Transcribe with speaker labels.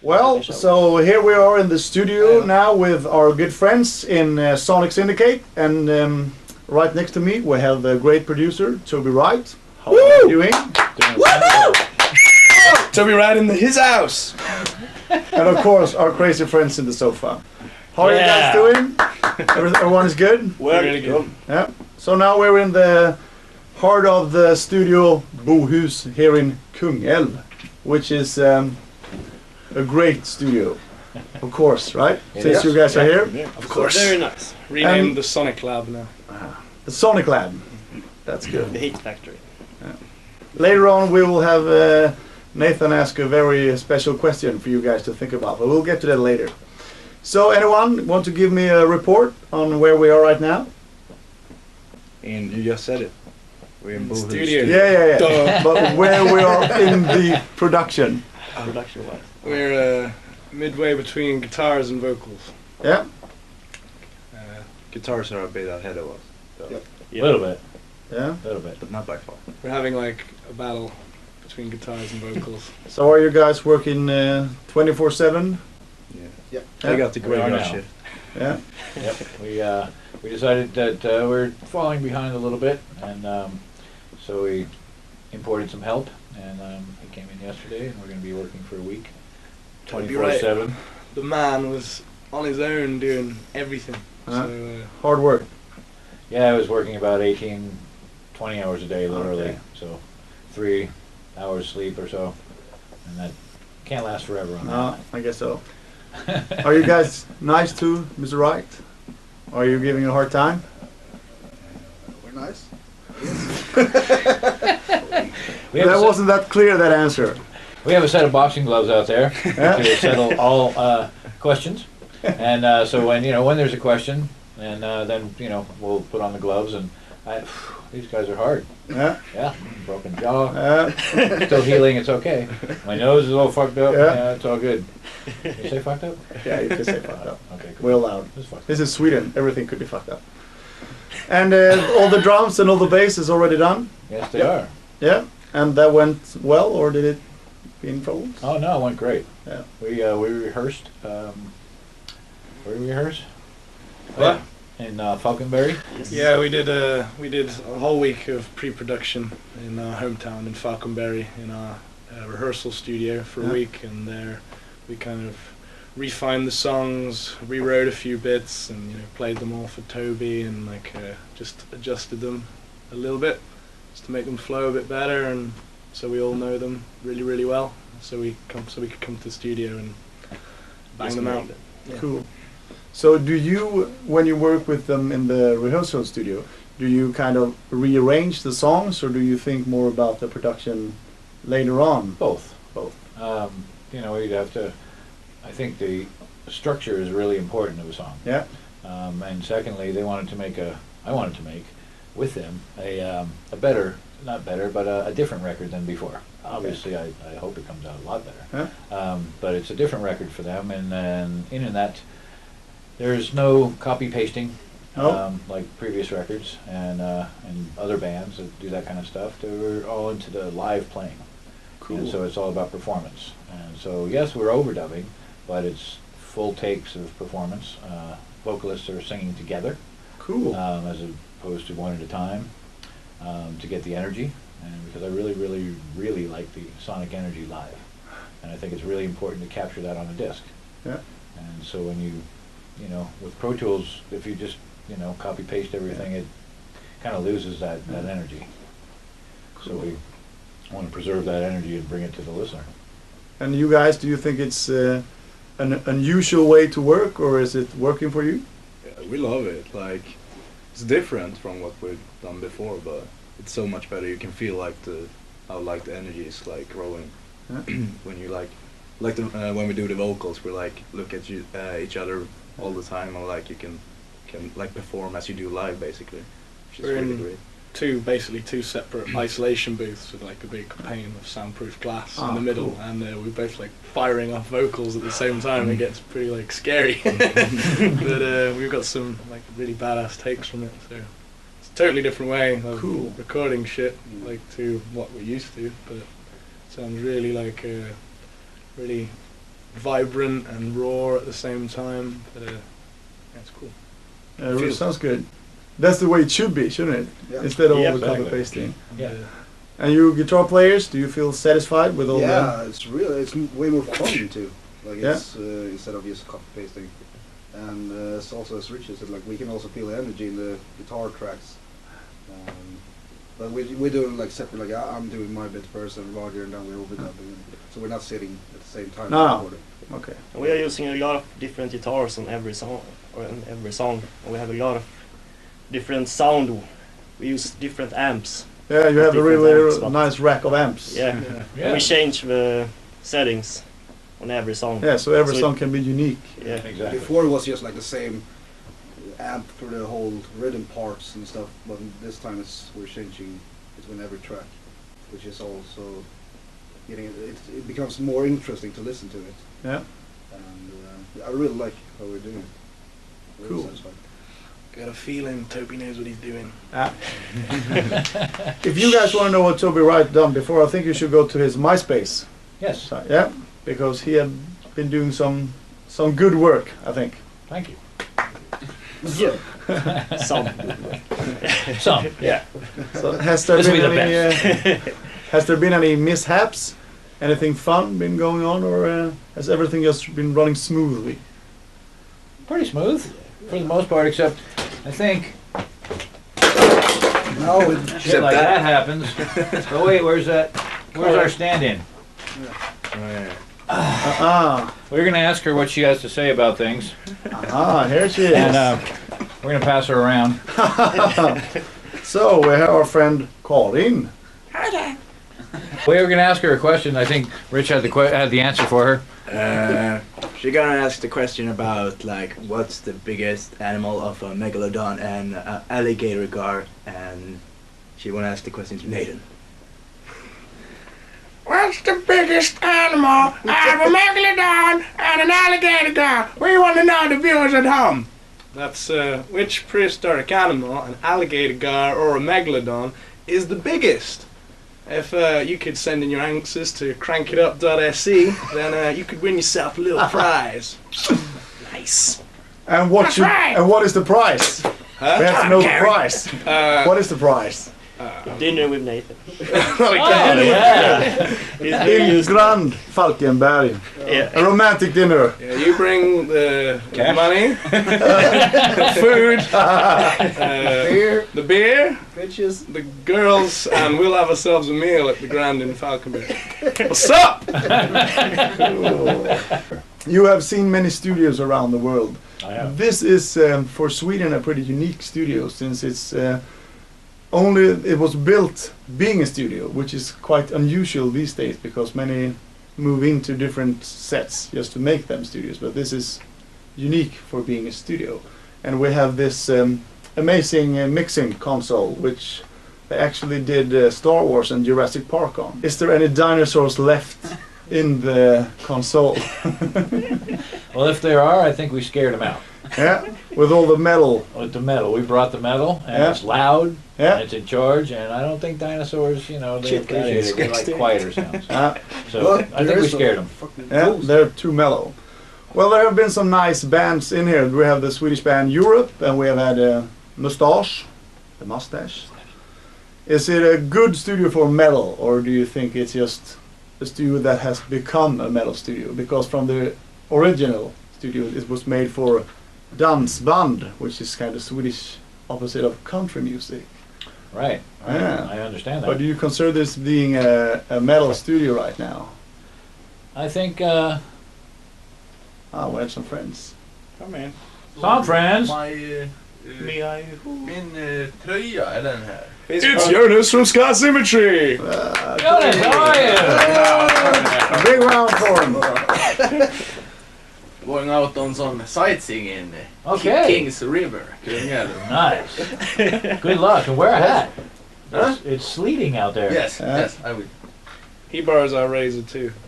Speaker 1: Well,
Speaker 2: Official.
Speaker 1: so here we are in the studio
Speaker 2: Yeah.
Speaker 1: now with our good friends in uh, Sonic Syndicate, and um, right next to me we have the great producer Toby Wright. How are you doing?
Speaker 2: Doing wonderful. Toby right in his house.
Speaker 1: And of course our crazy friends in the sofa. How are
Speaker 2: Yeah.
Speaker 1: you guys doing? Every- Everyone is good.
Speaker 2: Well, really good.
Speaker 1: Yeah. So now we're in the heart of the studio Bohus here in Kungälv, which is um, a great studio, of course, right? Since
Speaker 2: is.
Speaker 1: you guys are here.
Speaker 3: Of course. very nice.
Speaker 4: Um,
Speaker 3: Renamed the Sonic Lab now.
Speaker 1: The Sonic Lab. That's good.
Speaker 3: The Heat Factory.
Speaker 1: Later on, we will have uh, Nathan ask a very special question for you guys to think about, but we'll get to that later. So, anyone want to give me a report on where we are right now?
Speaker 2: And you just said it. We're in Boohoo
Speaker 3: studio.
Speaker 1: Yeah, yeah, yeah. but where we are in the production.
Speaker 3: Production wise.
Speaker 4: We're uh, midway between guitars and vocals.
Speaker 1: Yeah.
Speaker 4: Uh,
Speaker 2: Guitars are a bit ahead of us. So.
Speaker 4: Yep.
Speaker 3: Yeah. Little
Speaker 5: bit,
Speaker 1: Yeah.
Speaker 5: little bit.
Speaker 2: But not by far.
Speaker 4: we're having like a battle between guitars and vocals.
Speaker 1: So, are you guys working uh, 24 7?
Speaker 2: Yeah.
Speaker 4: Yep.
Speaker 2: They got the
Speaker 5: We are
Speaker 2: graveyard
Speaker 5: now.
Speaker 2: shift.
Speaker 1: Yeah.
Speaker 5: Yep. We uh, we decided that uh, we're falling behind a little bit, and um, so we imported some help, and um, he came in yesterday, and we're going to be working for a week,
Speaker 4: That'd
Speaker 5: twenty
Speaker 4: be
Speaker 5: four
Speaker 4: right.
Speaker 5: seven.
Speaker 4: the man was on his own doing everything.
Speaker 1: Uh-huh.
Speaker 4: So uh,
Speaker 1: Hard work.
Speaker 5: Yeah, I was working about 18, 20 hours a day, literally.
Speaker 1: Okay.
Speaker 5: So three hours sleep or so, and that can't last forever on
Speaker 1: No, Ah, I guess so. Are you guys nice to Mr. Wright? Are you giving a hard time?
Speaker 6: We're nice.
Speaker 5: that. We have,
Speaker 1: That
Speaker 5: a set,
Speaker 1: wasn't that clear, that answer.
Speaker 5: we have a set of boxing gloves out there
Speaker 1: Yeah.
Speaker 5: to settle all uh, questions, and uh, so when you know when there's a question, and uh, then you know we'll put on the gloves, and I, these guys are hard.
Speaker 1: Yeah.
Speaker 5: Yeah, broken jaw,
Speaker 1: Uh,
Speaker 5: still healing. It's okay. My nose is all fucked up.
Speaker 1: Yeah.
Speaker 5: Yeah, it's all good. Did you say fucked up?
Speaker 1: yeah, you can say fucked up.
Speaker 5: Okay, cool.
Speaker 1: We're allowed.
Speaker 5: It's fucked up.
Speaker 1: This is Sweden. Everything could be fucked up. And uh, all the drums and all the bass is already done.
Speaker 5: Yes, they
Speaker 1: Yeah.
Speaker 5: are.
Speaker 1: Yeah. And that went well, or did it be in trouble?
Speaker 5: Oh no, it went great.
Speaker 1: Yeah.
Speaker 5: We uh, we rehearsed. Um, where did we rehearse? Oh,
Speaker 4: What?
Speaker 5: In uh, Falconberry.
Speaker 4: uh, yeah, we did uh, we did a whole week of pre-production in our hometown in Falconberry in our uh, rehearsal studio for
Speaker 1: Yeah.
Speaker 4: a week, and there we kind of refined the songs, rewrote a few bits, and you know played them all for Toby, and like uh, just adjusted them a little bit just to make them flow a bit better, and so we all know them really really well. So we come so we could come to the studio and bang them out. Yeah.
Speaker 1: Cool. So, do you, when you work with them in the rehearsal studio, do you kind of rearrange the songs, or do you think more about the production later on?
Speaker 5: Both.
Speaker 1: Both.
Speaker 5: Um, you know, you'd have to. I think the structure is really important of a song.
Speaker 1: Yeah.
Speaker 5: Um, and secondly, they wanted to make a. I wanted to make with them a um, a better, not better, but a, a different record than before. Obviously, I, I hope it comes out a lot better.
Speaker 1: Huh?
Speaker 5: um, but it's a different record for them. And then in and that, there's no copy pasting
Speaker 1: No.
Speaker 5: um, like previous records and uh, and other bands that do that kind of stuff. They were all into the live playing, and so it's all about performance. And so yes, we're overdubbing, but it's full takes of performance. Uh, vocalists are singing together
Speaker 1: Cool.
Speaker 5: um, as opposed to one at a time um, to get the energy. And because I really, really, really like the sonic energy live, and I think it's really important to capture that on a disc.
Speaker 1: Yeah.
Speaker 5: And so when you, you know, with Pro Tools, if you just you know copy paste everything, it kind of loses that that energy. So we want to preserve that energy and bring it to the listener.
Speaker 1: And you guys, do you think it's uh, an unusual way to work, or is it working for you? Uh,
Speaker 2: Yeah, we love it. Like it's different from what we've done before, but it's so much better. You can feel like the how like the energy is like growing
Speaker 1: Yeah.
Speaker 2: when you like like the, uh, when we do the vocals, we like look at you, uh, each other all the time and like you can can like perform as you do live basically, which is
Speaker 4: We're
Speaker 2: really
Speaker 4: in-
Speaker 2: great.
Speaker 4: two basically two separate
Speaker 1: Mm.
Speaker 4: isolation booths with like a big pane of soundproof glass
Speaker 1: Ah,
Speaker 4: in the middle,
Speaker 1: cool. Mm.
Speaker 4: and uh, we're both like firing off vocals at the same time. It gets pretty like scary, but uh, we've got some like really badass takes from it. So it's a totally different way of
Speaker 1: Cool.
Speaker 4: recording shit like to what we're used to, but it sounds really like uh, really vibrant and raw at the same time. But uh, yeah, it's cool.
Speaker 1: Uh, it sounds good. That's the way it should be, shouldn't it?
Speaker 6: Yeah.
Speaker 1: Instead of
Speaker 3: Yeah,
Speaker 1: all the copy
Speaker 5: exactly.
Speaker 1: pasting.
Speaker 4: And,
Speaker 5: Yeah.
Speaker 4: uh,
Speaker 1: And you guitar players, do you feel satisfied with all
Speaker 6: yeah, it's really it's m- way more fun too. Like
Speaker 1: Yeah.
Speaker 6: it's uh, instead of just copy pasting, and uh, it's also as Richard said, like we can also feel the energy in the guitar tracks. Um, but we we do like separate. Like I, I'm doing my bit first, and Roger, and then we're overdubbing. So we're not sitting at the same time.
Speaker 1: No.
Speaker 6: recording.
Speaker 1: that? Okay.
Speaker 7: And we are using a lot of different guitars on every song, or on every song. And we have a lot of different sound. We use different amps.
Speaker 1: Yeah, you have a
Speaker 7: Different
Speaker 1: really
Speaker 7: amps, but-
Speaker 1: nice rack of amps.
Speaker 7: Yeah.
Speaker 4: yeah.
Speaker 7: And we change the settings on every song.
Speaker 1: Yeah, so every
Speaker 7: So it-
Speaker 1: song can be unique.
Speaker 7: Yeah.
Speaker 5: Exactly.
Speaker 6: Before it was just like the same amp for the whole rhythm parts and stuff, but this time it's we're changing between every track, which is also getting it, it, it becomes more interesting to listen to it.
Speaker 1: Yeah.
Speaker 6: And uh, I really like how we're doing. it. Really
Speaker 1: Cool.
Speaker 6: satisfied.
Speaker 4: Got a feeling Toby knows what he's doing.
Speaker 1: Ah. If you guys want to know what Toby Wright done before, I think you should go to his MySpace.
Speaker 5: Yes,
Speaker 1: So, yeah, because he had been doing some some good work, I think.
Speaker 5: thank you.
Speaker 7: Some.
Speaker 5: Some, yeah.
Speaker 1: So has there
Speaker 8: This will
Speaker 1: been
Speaker 8: be the
Speaker 1: any uh, has there been any mishaps? Anything fun been going on, or uh, has everything just been running smoothly?
Speaker 5: Pretty smooth, for the most part, except I think,
Speaker 6: Now it,
Speaker 5: shit like that happens. Oh wait, where's that, where's our stand-in?
Speaker 1: Ah,
Speaker 5: We're gonna ask her what she has to say about things,
Speaker 1: ah, here she is.
Speaker 5: and, uh, we're gonna pass her around.
Speaker 1: so we have our friend called in.
Speaker 5: We were gonna ask her a question, I think Rich had the que- had the answer for her.
Speaker 2: Uh, she gonna ask the question about like what's the biggest animal of a megalodon and a alligator gar, and she wanna ask the question to Nathan.
Speaker 8: What's the biggest animal out of a megalodon and an alligator down? We want to know the viewers at home.
Speaker 4: That's uh, which prehistoric animal, an alligator gar or a megalodon, is the biggest? If uh, you could send in your answers to crankitup.se, then uh, you could win yourself a little prize.
Speaker 7: nice.
Speaker 1: And what
Speaker 8: That's
Speaker 1: should,
Speaker 8: right.
Speaker 1: and what is the prize? We
Speaker 4: Huh?
Speaker 1: have to know the
Speaker 8: Gary.
Speaker 1: prize.
Speaker 4: Uh,
Speaker 1: What is the prize?
Speaker 7: Dinner with Nathan.
Speaker 8: Oh,
Speaker 7: He's very
Speaker 1: Il
Speaker 7: used.
Speaker 1: Grand Falkenberg.
Speaker 7: Yeah.
Speaker 1: A romantic dinner.
Speaker 4: yeah, you bring the
Speaker 5: Cash?
Speaker 4: money, the food, uh,
Speaker 6: here,
Speaker 4: the beer,
Speaker 6: bitches.
Speaker 4: the girls, and we'll have ourselves a meal at the Grand in Falconberry. What's up?
Speaker 1: You have seen many studios around the world.
Speaker 5: I have.
Speaker 1: This is um, for Sweden a pretty unique studio since it's uh, only it was built being a studio, which is quite unusual these days because many move into different sets just to make them studios. But this is unique for being a studio, and we have this um, amazing uh, mixing console which they actually did uh, Star Wars and Jurassic Park on. Is there any dinosaurs left in the console?
Speaker 5: Well, if there are, I think we scared them out.
Speaker 1: yeah, with all the metal.
Speaker 5: With the metal, we brought the metal, and
Speaker 1: Yeah.
Speaker 5: it's loud, and
Speaker 1: Yeah.
Speaker 5: it's in charge, and I don't think dinosaurs, you know, they
Speaker 2: Shit, that
Speaker 5: appreciate
Speaker 2: is
Speaker 5: it. They like
Speaker 2: disgusting.
Speaker 5: quieter sounds.
Speaker 1: Uh,
Speaker 5: So I think we scared them.
Speaker 1: Yeah, they're too mellow. Well, there have been some nice bands in here. We have the Swedish band Europe, and we have had uh, Mustache, the mustache. Is it a good studio for metal, or do you think it's just a studio that has become a metal studio? Because from the original studio, it was made for dansband, which is kind of Swedish opposite of country music.
Speaker 5: Right. right.
Speaker 1: Yeah.
Speaker 5: Ah, I understand
Speaker 1: But do
Speaker 5: that.
Speaker 1: you consider this being a, a metal studio right now?
Speaker 5: I think uh,
Speaker 1: Ah, we have some friends.
Speaker 2: Come in.
Speaker 5: some friends.
Speaker 2: Min uh, tröja är den här.
Speaker 4: It's Jonas from Sky Symmetry.
Speaker 5: Jonas, how are you?
Speaker 1: A big round for him.
Speaker 8: Going out on some sightseeing in
Speaker 5: Okay.
Speaker 8: Kings River. Kungälv.
Speaker 5: Nice. Good luck, and wear a hat.
Speaker 8: Huh?
Speaker 5: It's, it's sleeting out there.
Speaker 8: Yes,
Speaker 1: Uh,
Speaker 8: yes, I will.
Speaker 4: He borrows our razor too.